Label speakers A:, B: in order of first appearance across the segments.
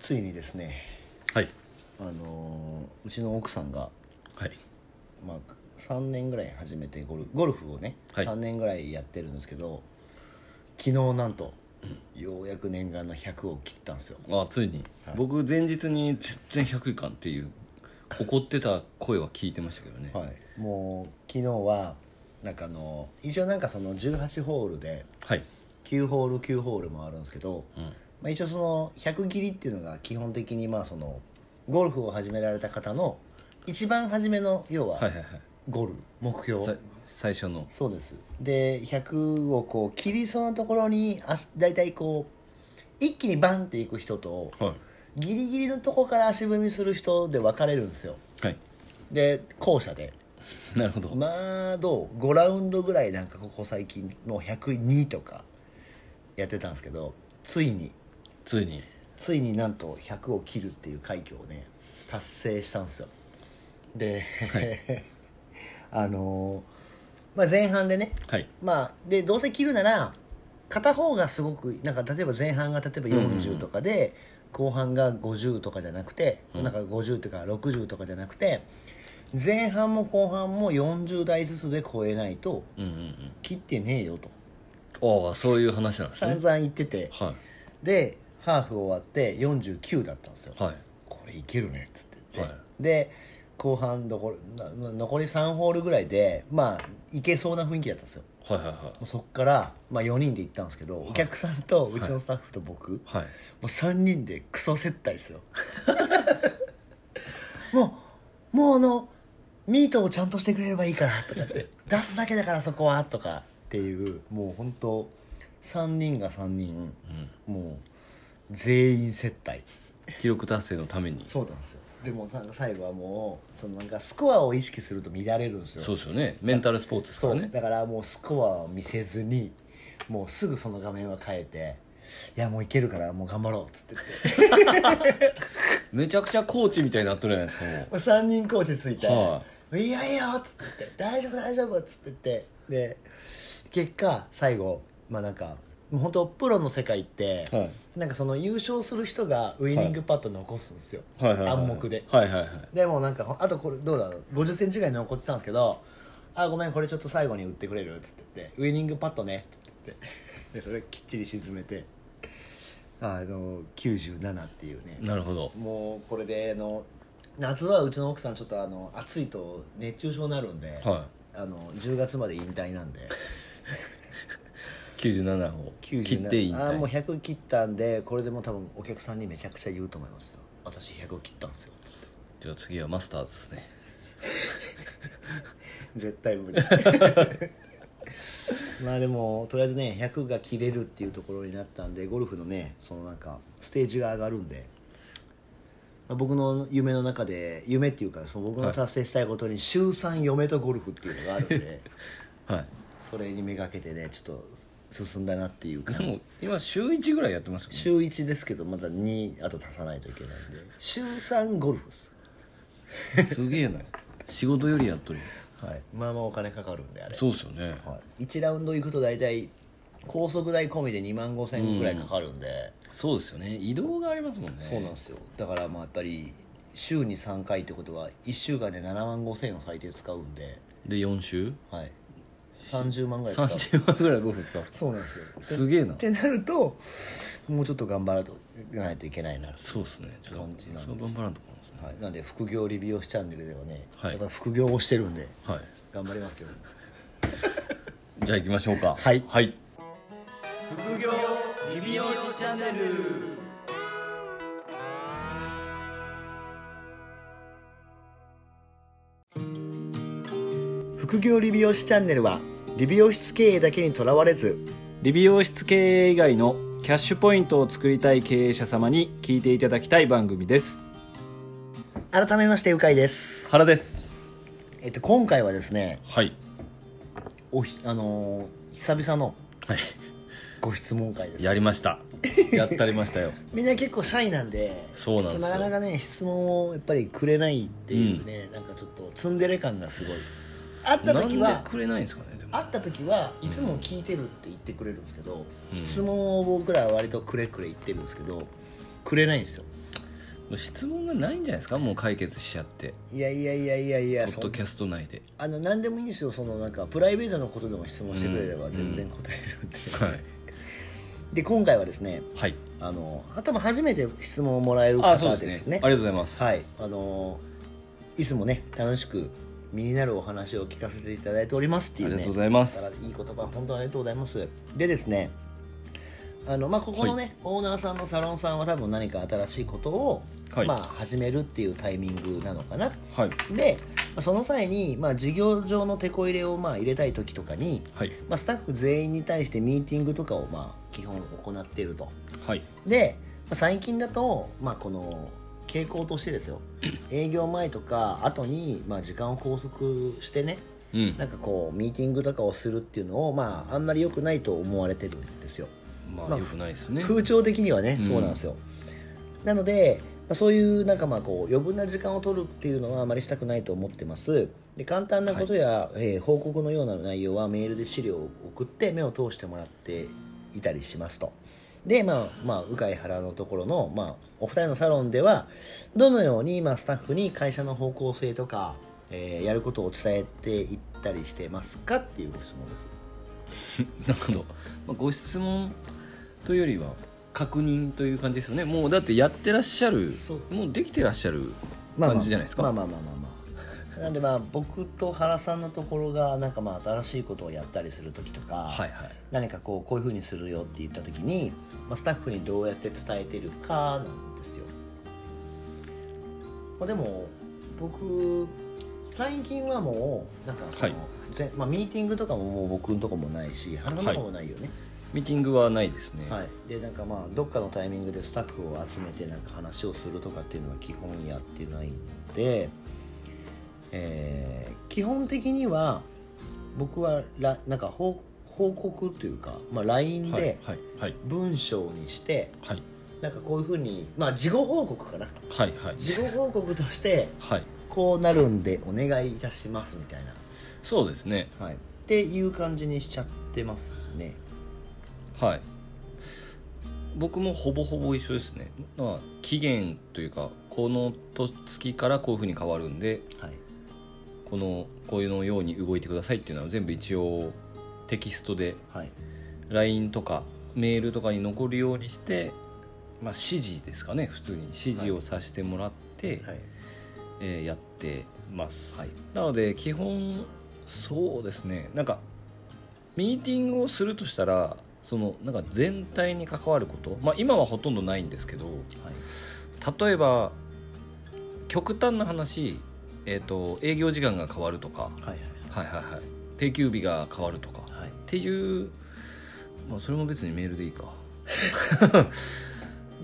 A: ついにですね
B: はい
A: あのーうちの奥さんが、
B: はい
A: まあ、3年ぐらい始めてゴルゴルフをね、
B: はい
A: 3年ぐらいやってるんですけど昨日なんと、ようやく念願の100を切ったんですよ
B: あついに、僕前日に全然100いかんっていう怒ってた声は聞いてましたけどね、
A: はいもう昨日はなんかあの一応なんかその18ホールで
B: はい
A: 9ホール9ホールもあるんですけど、まあ、一応その100切りっていうのが基本的にまあそのゴルフを始められた方の一番初めの要は
B: はいはいはい
A: ゴール目標、
B: さ最初の
A: そうですで100をこう切りそうなところに足大体こう一気にバンっていく人と
B: は
A: ギリギリのとこから足踏みする人で分かれるんですよ
B: いはい
A: で後者で
B: なるほど
A: まあどう5ラウンドぐらいなんかここ最近もう102とかやってたんですけどついに
B: ついに
A: ついになんと100を切るっていう快挙をね達成したんですよで、 あのーまあ、前半でね
B: はい
A: まあでどうせ切るなら片方がすごくなんか例えば前半が例えば40とかで、後半が50とかじゃなくて、なんか50とか60とかじゃなくて前半も後半も40台ずつで超えないと
B: うんうん
A: 切ってねえよと
B: うんああそういう話なんです
A: 散
B: ね
A: 々言ってて
B: は
A: でハーフ終わって49だったんですよ
B: いはい
A: これいけるねっつって言って、
B: はい
A: で後半どこな残り3ホールぐらいでまあいけそうな雰囲気だったんですよ
B: はいはいは
A: もうそっから、まあ、4人で行ったんですけど、お客さんとうちのスタッフと僕、も
B: いはいう
A: 3人でクソ接待 ですよもうもうあのミートをちゃんとしてくれればいいからとかって 出すだけだからそこはとかっていうもう本当3人が3人、もう全員接待
B: 記録達成のために
A: そうなんですよでもなんか最後はもうそのなんかスコアを意識すると乱れるんですよ
B: そうですよねメンタルスポーツですか
A: そう、
B: らね
A: だからもうスコアを見せずにもうすぐその画面は変えて「いやもういけるからもう頑張ろう」っつって言って
B: めちゃくちゃコーチみたいになっとるじゃないですかもう
A: もう3人コーチついて
B: は
A: 「い、やいや」っつって言って「大丈夫大丈夫」っつって言ってで結果最後まあなんかもう本当プロの世界って、
B: はい
A: なんかその優勝する人がウイニングパット残すんですよ、
B: はいはいはい
A: 暗黙で
B: はいはいはい
A: でもなんかあとこれどうだろう5 0ンチぐらい残ってたんですけど「あごめんこれちょっと最後に打ってくれる?」っつって言って「ウイニングパットね」っつって言ってでそれきっちり沈めてあの97っていうね
B: なるほど
A: もうこれであの夏はうちの奥さんちょっとあの暑いと熱中症になるんで、
B: は
A: あの10月まで引退なんで
B: い97を
A: 97
B: 切って引退
A: あもう100切ったんでこれでもう多分お客さんにめちゃくちゃ言うと思いますよ私100を切ったんですよつって
B: じゃあ次はマスターズですね
A: 絶対無理 まあでもとりあえずね100が切れるっていうところになったんでゴルフのねそのなんかステージが上がるんで、まあ僕の夢の中で夢っていうかその僕の達成したいことに週3嫁とゴルフっていうのがあるんで
B: はい
A: それにめがけてねちょっと進んだなっていう
B: で
A: か
B: も今週1ぐらいやってますよね
A: 週1ですけどまだ2あと足さないといけないんで週3ゴルフです
B: すげえな仕事よりやっとる
A: はいまあまあお金かかるんであれ
B: そうですよね
A: はい、1ラウンド行くと大体高速代込みで2万5千ぐらいかかるんで、
B: そうですよね移動がありますもんね
A: そうなんですよだからまあやっぱり週に3回ってことは1週間で7万5千を最低使うんで、
B: で4週
A: はい、30万ぐらい使う
B: 30万ぐらいゴルフ使う
A: そうなんですよ
B: すげえな
A: ってなるともうちょっと頑張らないといけないなと
B: そうですねちょっと
A: 感じなんです
B: そう頑張らんとこなんですね
A: はい、なんで副業リビオシチャンネルではね、
B: はい
A: やっぱり副業をしてるんで
B: は
A: 頑張りますよ
B: いじゃあ行きましょうか
A: はい
B: はい
A: 副業リビオシチャンネル副業理美容師チャンネルは理美容室経営だけにとらわれず
C: 理美容室経営以外のキャッシュポイントを作りたい経営者様に聞いていただきたい番組です
A: 改めましてうかいです、
B: 原です
A: えっと、今回はですね
B: はい
A: おひ、あのー久々の
B: はい
A: ご質問会です
B: やりましたやったりまし たよ
A: みんな結構シャイなんで
B: そうなんですよ
A: ちょっとなかなかね質問をやっぱりくれないっていうね、なんかちょっとツンデレ感がすごい会った時は
B: なんでくれないんですかねでも
A: 会った時はいつも聞いてるって言ってくれるんですけど、質問を僕らは割とくれくれ言ってるんですけどくれないんですよ
B: 質問がないんじゃないですかもう解決しちゃって
A: いやいやいやいやい
B: ポ
A: や
B: ッ
A: そ
B: ド
A: ん
B: キャスト内で
A: あの何でもいいんですよそのなんかプライベートのことでも質問してくれれば全然答えるんで、
B: はい
A: で今回はですね
B: はい
A: あの多分初めて質問をもらえる
B: あそ
A: 方
B: う
A: で
B: です
A: す
B: ね
A: ね
B: ありがとうございます
A: はいあのいつもね楽しく身になるお話を聞かせていただいておりますっていうね
B: ありがとうございます
A: だからいい言葉本当にありがとうございますでですねあのまあここのね、オーナーさんのサロンさんは多分何か新しいことを、
B: はい
A: まあ始めるっていうタイミングなのかな
B: はい
A: でまあその際に、まあ、事業上のてこ入れをまあ入れたい時とかに、
B: はい
A: まあ、スタッフ全員に対してミーティングとかをまあ基本行っていると
B: はい
A: でまあ最近だと、まあ、この傾向としてですよ 営業前とか後にまあ時間を拘束してね
B: うん
A: なんかこうミーティングとかをするっていうのを、まあ、あんまり良くないと思われてるんですよ
B: ま
A: ま
B: あ
A: あ
B: よくないですね
A: 風潮的にはね
B: うん
A: そうなんですよ、なのでまあそういうなんかまあこう余分な時間を取るっていうのはあまりしたくないと思ってますで簡単なことや、えー報告のような内容はメールで資料を送って目を通してもらっていたりしますとでまあまあ鵜飼原のところの、まあ、お二人のサロンではどのように、まあ、スタッフに会社の方向性とか、えーやることを伝えていったりしてますかっていうご質問です
B: なるほど、まあ、ご質問というよりは確認という感じですよねもうだってやってらっしゃる
A: そう
B: もうできてらっしゃる感じじゃないですか、
A: まあまあまあまあまあ、なんでまあ僕と原さんのところがなんかまあ新しいことをやったりする時とか、
B: はいはい
A: 何かこうこういうふうにするよって言った時に、まあ、スタッフにどうやって伝えてるかなんですよ、まあ、でも僕最近はもうなんかその、
B: はい
A: ぜまあ、ミーティングとかももう僕のとこもないし原のとこもないよね、
B: ミーティングはないですね、
A: はい、でなんかまあどっかのタイミングでスタッフを集めてなんか話をするとかっていうのは基本やってないので、えー基本的には僕はらなんか報報告というか、まあ、LINE
B: はい
A: で
B: はいはい
A: 文章にして、
B: はい
A: なんかこういうふうにまあ事後報告かな
B: はいはい
A: 事後報告と して
B: はい
A: こうなるんでお願いいたしますみたい
B: そうですね
A: な、はい、っていう感じにしちゃってますね
B: はい僕もほぼほぼ一緒ですねまあ期限というかこのと月からこういうふうに変わるんで
A: はい
B: このこういうのように動いてくださいっていうのは全部一応テキストで
A: はい
B: LINE とかメールとかに残るようにして、まあ、指示ですかね普通に指示をさせてもらって、
A: はい
B: えーやってます、
A: はい
B: なので基本そうですねなんかミーティングをするとしたらそのなんか全体に関わること、まあ、今はほとんどないんですけど
A: はい
B: 例えば極端な話、えー、と営業時間が変わるとか、
A: はい
B: はいはいはい、定休日が変わるとか
A: はいはい
B: っていう、まあ、それも別にメールでいいか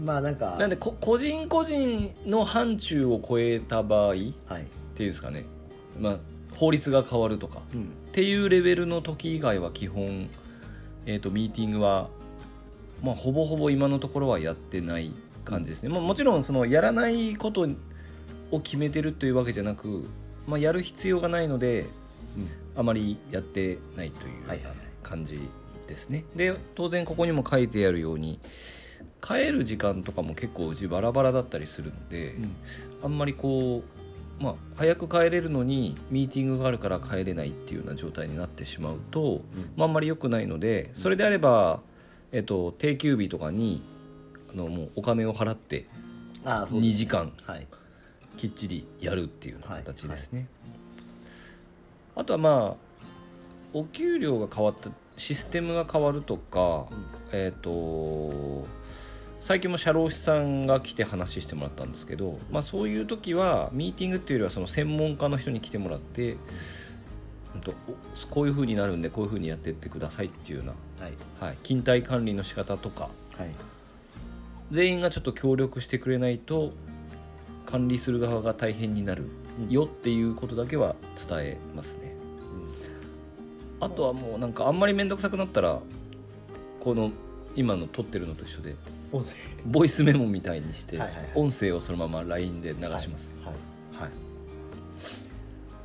A: まあなんか
B: なんでこ個人個人の範疇を超えた場合っ
A: はい、
B: ていうんですかね、まあ、法律が変わるとか
A: うん、
B: っていうレベルの時以外は基本、えー、とミーティングは、まあ、ほぼほぼ今のところはやってない感じですね、まあ、もちろんそのやらないことを決めてるというわけじゃなく、まあ、やる必要がないのであまりやってないという
A: はいはいはい
B: 感じですねで当然ここにも書いてあるように帰る時間とかも結構うちバラバラだったりするので、
A: うん
B: あんまりこうまあ早く帰れるのにミーティングがあるから帰れないっていうような状態になってしまうと、
A: うん
B: まあ、あんまり良くないのでそれであれば、えっと、定休日とかにあのもうお金を払って
A: ああそう
B: 2時間
A: はい
B: きっちりやるっていうような形ですね、あとはまあお給料が変わったシステムが変わるとか、
A: うん
B: えっ、と最近も社労士さんが来て話してもらったんですけど、まあ、そういう時はミーティングっていうよりはその専門家の人に来てもらって、うんと、おこういう風になるんでこういう風にやってってくださいっていうよう
A: はい
B: な、はい、勤怠管理の仕方とか
A: はい
B: 全員がちょっと協力してくれないと管理する側が大変になるよっていうことだけは伝えますね、あとはもうなんかあんまり面倒くさくなったらこの今の撮ってるのと一緒で
A: 音声
B: ボイスメモみたいにして
A: はいはいはい
B: 音声をそのまま LINE で流します
A: はい、はい
B: はい、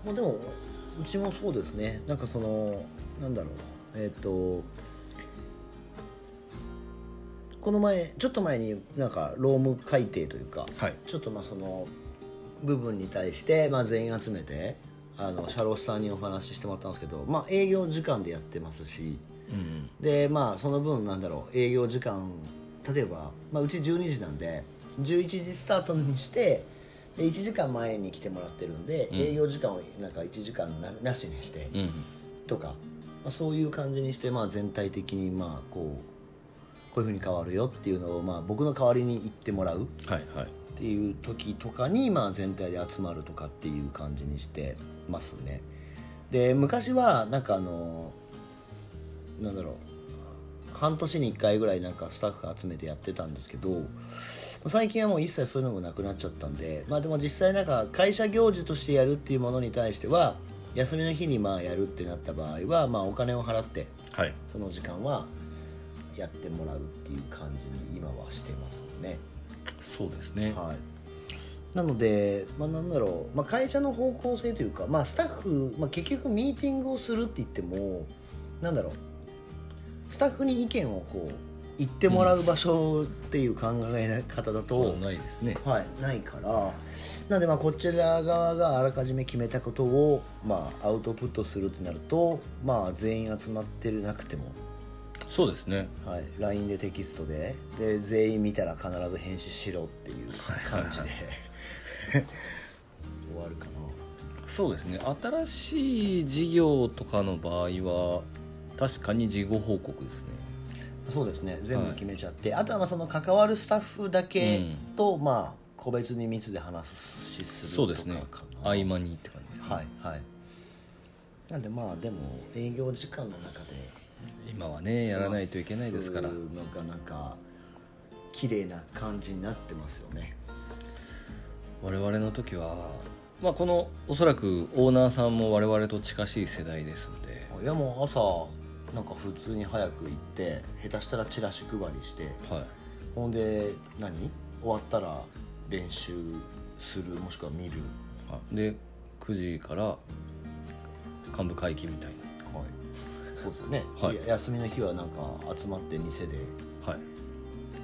A: まあ、でもうちもそうですねなんかそのなんだろうえっ、とこの前ちょっと前になんか労務改定というか、
B: はい
A: ちょっとまあその部分に対してまあ全員集めてあの社労士さんにお話ししてもらったんですけど、まあ、営業時間でやってますし
B: うん
A: でまあその分なんだろう営業時間例えば、まあ、うち12時なんで11時スタートにしてで1時間前に来てもらってるんで、営業時間をなんか1時間ななしにして。
B: うんうん
A: とか、まあ、そういう感じにして、まあ、全体的にまあこうこういうふうに変わるよっていうのを、まあ、僕の代わりに言ってもらうっ
B: はいはい
A: ていう時とかに、まあ、全体で集まるとかっていう感じにしてますね。で昔はなんかあのなんだろう半年に1回ぐらいなんかスタッフが集めてやってたんですけど最近はもう一切そういうのもなくなっちゃったんでまあでも実際なんか会社行事としてやるっていうものに対しては休みの日にまあやるってなった場合はまあお金を払って
B: はい
A: その時間はやってもらうっていう感じに今はしてますね。
B: そうですね
A: はい、なので、まあ、なんだろう、まあ、会社の方向性というか、まあ、スタッフ、まあ、結局ミーティングをするって言ってもなんだろうスタッフに意見をこう言ってもらう場所っていう考え方だと、
B: ないですね
A: はい、ないからなのでまあこちら側があらかじめ決めたことを、まあ、アウトプットするってなると、まあ、全員集まってるなくても。
B: そうですね
A: はい、LINE でテキストでで全員見たら必ず返信しろっていう感 じで終わるか
B: そうですね新しい事業とかの場合は確かに事後報告ですね
A: なそうですね全部決めちゃって、あとはまあその関わるスタッフだけと、まあ個別に密で話しする
B: そう
A: と
B: で
A: か
B: す
A: かな
B: ね合間にって感じですね
A: はいはいなんでまあでも営業時間の中で
B: 今はねやらないといけないですから
A: 済ますのがなんか綺麗な感じになってますよね
B: 我々の時はまあこのおそらくオーナーさんも我々と近しい世代ですので
A: いやもう朝なんか普通に早く行って下手したらチラシ配りして
B: はい
A: ほんで何終わったら練習するもしくは見る
B: あで9時から幹部会議みたい
A: はいそうですよね、
B: はい
A: や休みの日はなんか集まって店で
B: なはい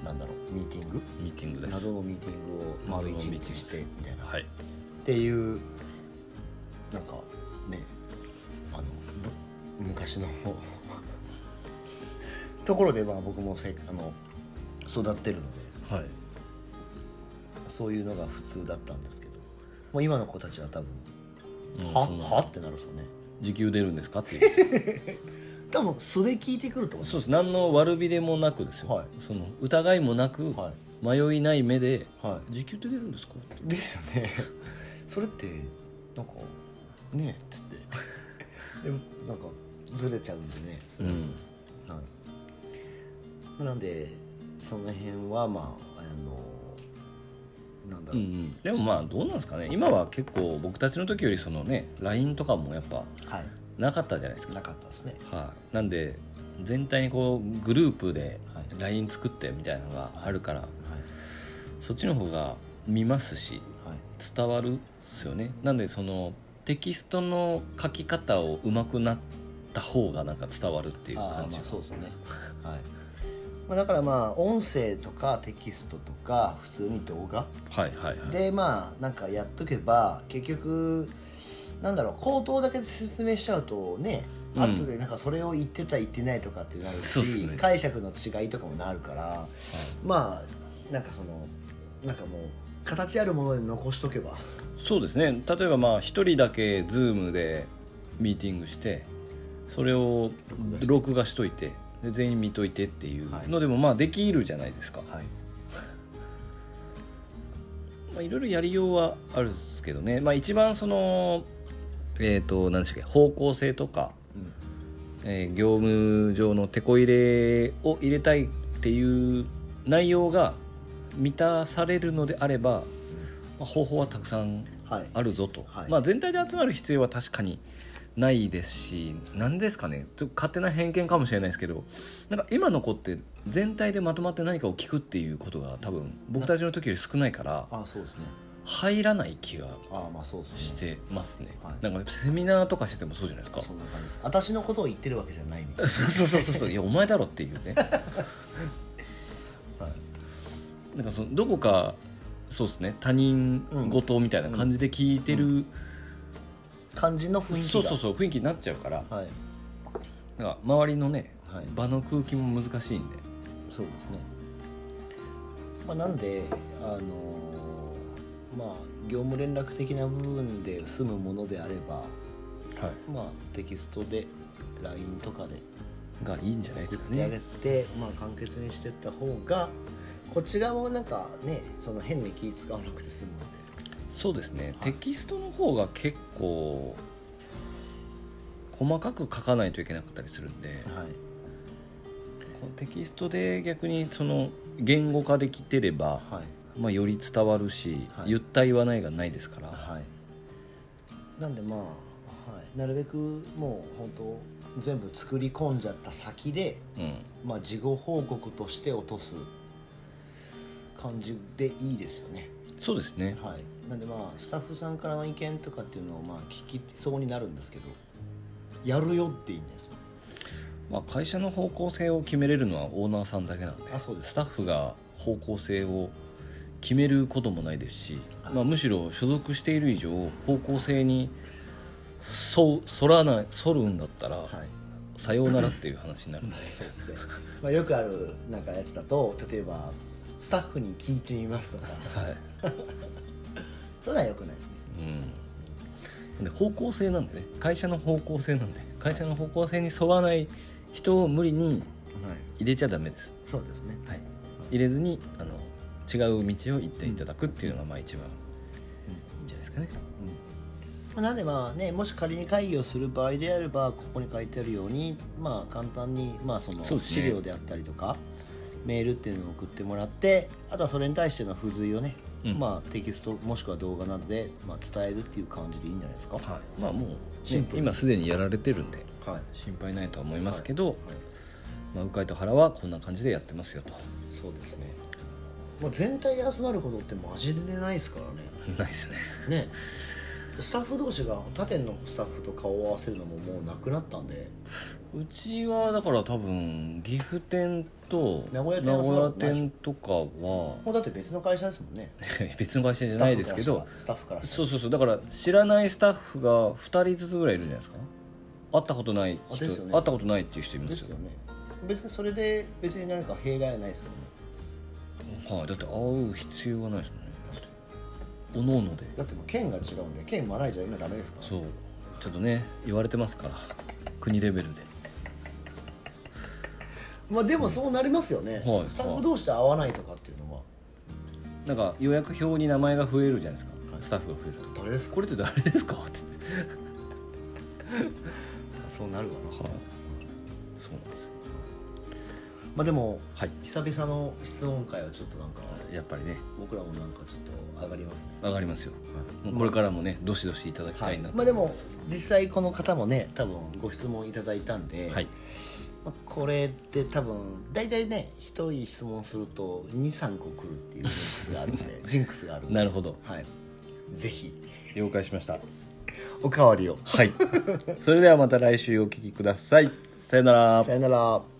A: なんだろうミーティング
B: ミーティングです
A: 謎のミーティングを丸一日してみたいな、
B: はい
A: っていうなんかねあのぶ昔の ところでまあ僕もせあの育ってるので
B: はい
A: そういうのが普通だったんですけどもう今の子たちは多分
B: うん
A: 「
B: そんな
A: はは?」ってなるんですよね
B: 時給出るんですかっていう
A: 多分素で聞いてくると思
B: そうです何の悪びれもなくですよ、
A: はい
B: その疑いもなく、
A: はい
B: 迷いない目で
A: うは
B: 時給って出るんですかって
A: いですよね それってなんかねえっつって でもなんかずれちゃうんでねそれ
B: うん
A: はい、なんでその辺はまああのなんだ
B: う
A: ろ
B: んう
A: う、
B: ん、でもまあどうなんですかね今は結構僕たちの時よりそのね LINE とかもやっぱ
A: は
B: なかったじゃないです
A: い
B: か、
A: なかったですね
B: はい、なんで全体にこうグループで
A: はい
B: LINE 作ってみたいなのがあるから、
A: はい
B: そっちの方が見ますし
A: はい
B: 伝わるっすよねなんでそのテキストの書き方を上手くなった方がなんか伝わるっていう
A: ああ
B: 感
A: ー
B: じ
A: まあ
B: が
A: そうですねはい、まあ、だからまあ音声とかテキストとか普通に動画
B: はいはいはい
A: でまあなんかやっとけば結局なんだろう口頭だけで説明しちゃうとね
B: うん
A: 後でなんかそれを言ってた言ってないとかってなるし、
B: そうっすね
A: 解釈の違いとかもなるから、まあなんかそのなんかもう形あるもので残しとけば
B: そうですね例えばまあ一人だけ Zoom でミーティングしてそれを録画しといてで全員見といてっていう
A: はい
B: のでもまあできるじゃないですか、
A: はい
B: まあ、いろいろやりようはあるんですけどね、まあ、一番そのえっ、と何でしたっけ方向性とか、
A: うん
B: えー業務上のテこ入れを入れたいっていう内容が満たされるのであれば、まあ、方法はたくさん
A: はい
B: あるぞと、
A: はい
B: まあ、全体で集まる必要は確かにないですし何ですかねちょっと勝手な偏見かもしれないですけどなんか今の子って全体でまとまって何かを聞くっていうことが多分僕たちの時より少ないから
A: ああそうですね
B: 入らない気が
A: ああまあそうです
B: し
A: ね
B: てますね、
A: はい
B: なんかセミナーとかしててもそうじゃないですか
A: そんな感じです私 のことを言ってるわけじゃないみたいな
B: そうそうそうそうそういやお前だろっていうねなんかそのどこかそうですね他人事みたいな感じで聞いてる、
A: 感じの雰囲気が
B: そうそうそう雰囲気になっちゃうから
A: はい
B: なんか周りのね、
A: はい
B: 場の空気も難しいんで
A: そうですね、まあ、なんであのーまあ業務連絡的な部分で済むものであれば
B: は
A: まあテキストで LINE とかで
B: いがいいんじゃないです
A: 送っ
B: か
A: てあげ
B: ね
A: て、まあ簡潔にしてった方がこっち側もなんかねその変に気使わなくて済むので
B: そうですねテキストの方が結構細かく書かないといけなかったりするんで、
A: はい
B: こうテキストで逆にその言語化できてれば、
A: はい
B: まあ、より伝わるし、
A: はい
B: 言った言わないがないですから、
A: はいなんでまあ、はい、なるべくもう本当全部作り込んじゃった先で
B: うん、
A: まあ、事後報告として落とす感じでいいですよね。
B: そうですね
A: はい、なんでまあスタッフさんからの意見とかっていうのをまあ聞きそうになるんですけどやるよっていいんですよ
B: まあ、会社の方向性を決めれるのはオーナーさんだけなんで
A: あそうです
B: スタッフが方向性を決めることもないですし、まあ、むしろ所属している以上方向性に沿う反らない反るんだったら、
A: はい
B: さようならっていう話 になるんで
A: そうですね、まあ、よくあるなんかやつだと例えばスタッフに聞いてみますとか
B: はい
A: それはよくないですね
B: うん、で方向性なんでね会社の方向性なんで会社の方向性に沿わない人を無理に
A: はい
B: 入れちゃダメです、
A: そうですね
B: はい、入れずにあの違う道を行っていただくっていうのがまあ一番いいんじゃないですかね
A: まあなんでまあねもし仮に会議をする場合であればここに書いてあるようにまあ簡単にまあその
B: そうですね
A: 資料であったりとか、メールっていうのを送ってもらってあとはそれに対しての付随をね、
B: うん
A: まあテキストもしくは動画などでまあ伝えるっていう感じでいいんじゃないですかは
B: まあもう、
A: シン
B: ね
A: プル
B: 今すでにやられてるんで
A: い、はい
B: 心配ないとは思いますけど、まあ、鵜飼と原はこんな感じでやってますよと
A: そうですね、まあ、全体で集まることってマジでないですから
B: ないですね
A: ねねスタッフ同士が他店のスタッフと顔を合わせるのももうなくなったんで
B: うちはだから多分岐阜店と
A: 名古屋店はそう
B: 名古屋店とか は
A: もうだって別の会社ですもんね
B: 別の会社じゃないですけど
A: スタッフからしたらスタッフからしたら
B: そうそうそうだから知らないスタッフが2人ずつぐらいいるんじゃないですか会ったことない
A: あ
B: 人、
A: ですよね
B: 会ったことないっていう人います
A: で
B: よ
A: すよね別にそれで別に何か弊害はないですよね
B: はい、だって会う必要はないですもんねおのおので
A: だってもう県が違うんで県マナイじゃ今ダメですから
B: そうちょっとね言われてますから国レベルで
A: まあでもそうなりますよね、
B: はい
A: スタッフ同士で合わないとかっていうのは
B: なんか予約表に名前が増えるじゃないですか、スタッフが増えると
A: 誰ですか
B: これって誰ですかって言って
A: そうなるかな、
B: そうなんですよ
A: まあでも
B: はい
A: 久々の質問会はちょっとなんか
B: やっぱりね
A: 僕らもなんかちょっと上がりますね
B: 上がりますよ、もうこれからもねどしどしいただきたいなと、
A: まあでも実際この方もね多分ご質問いただいたんで、
B: はい
A: まあこれって多分大体ね一人質問すると23個来るっていうジンクスがあるん でジンクスがあるんで
B: なるほど
A: はいぜひ
B: 了解しました
A: おかわりを
B: はい。それではまた来週お聞きください。さよなら
A: さ。よなら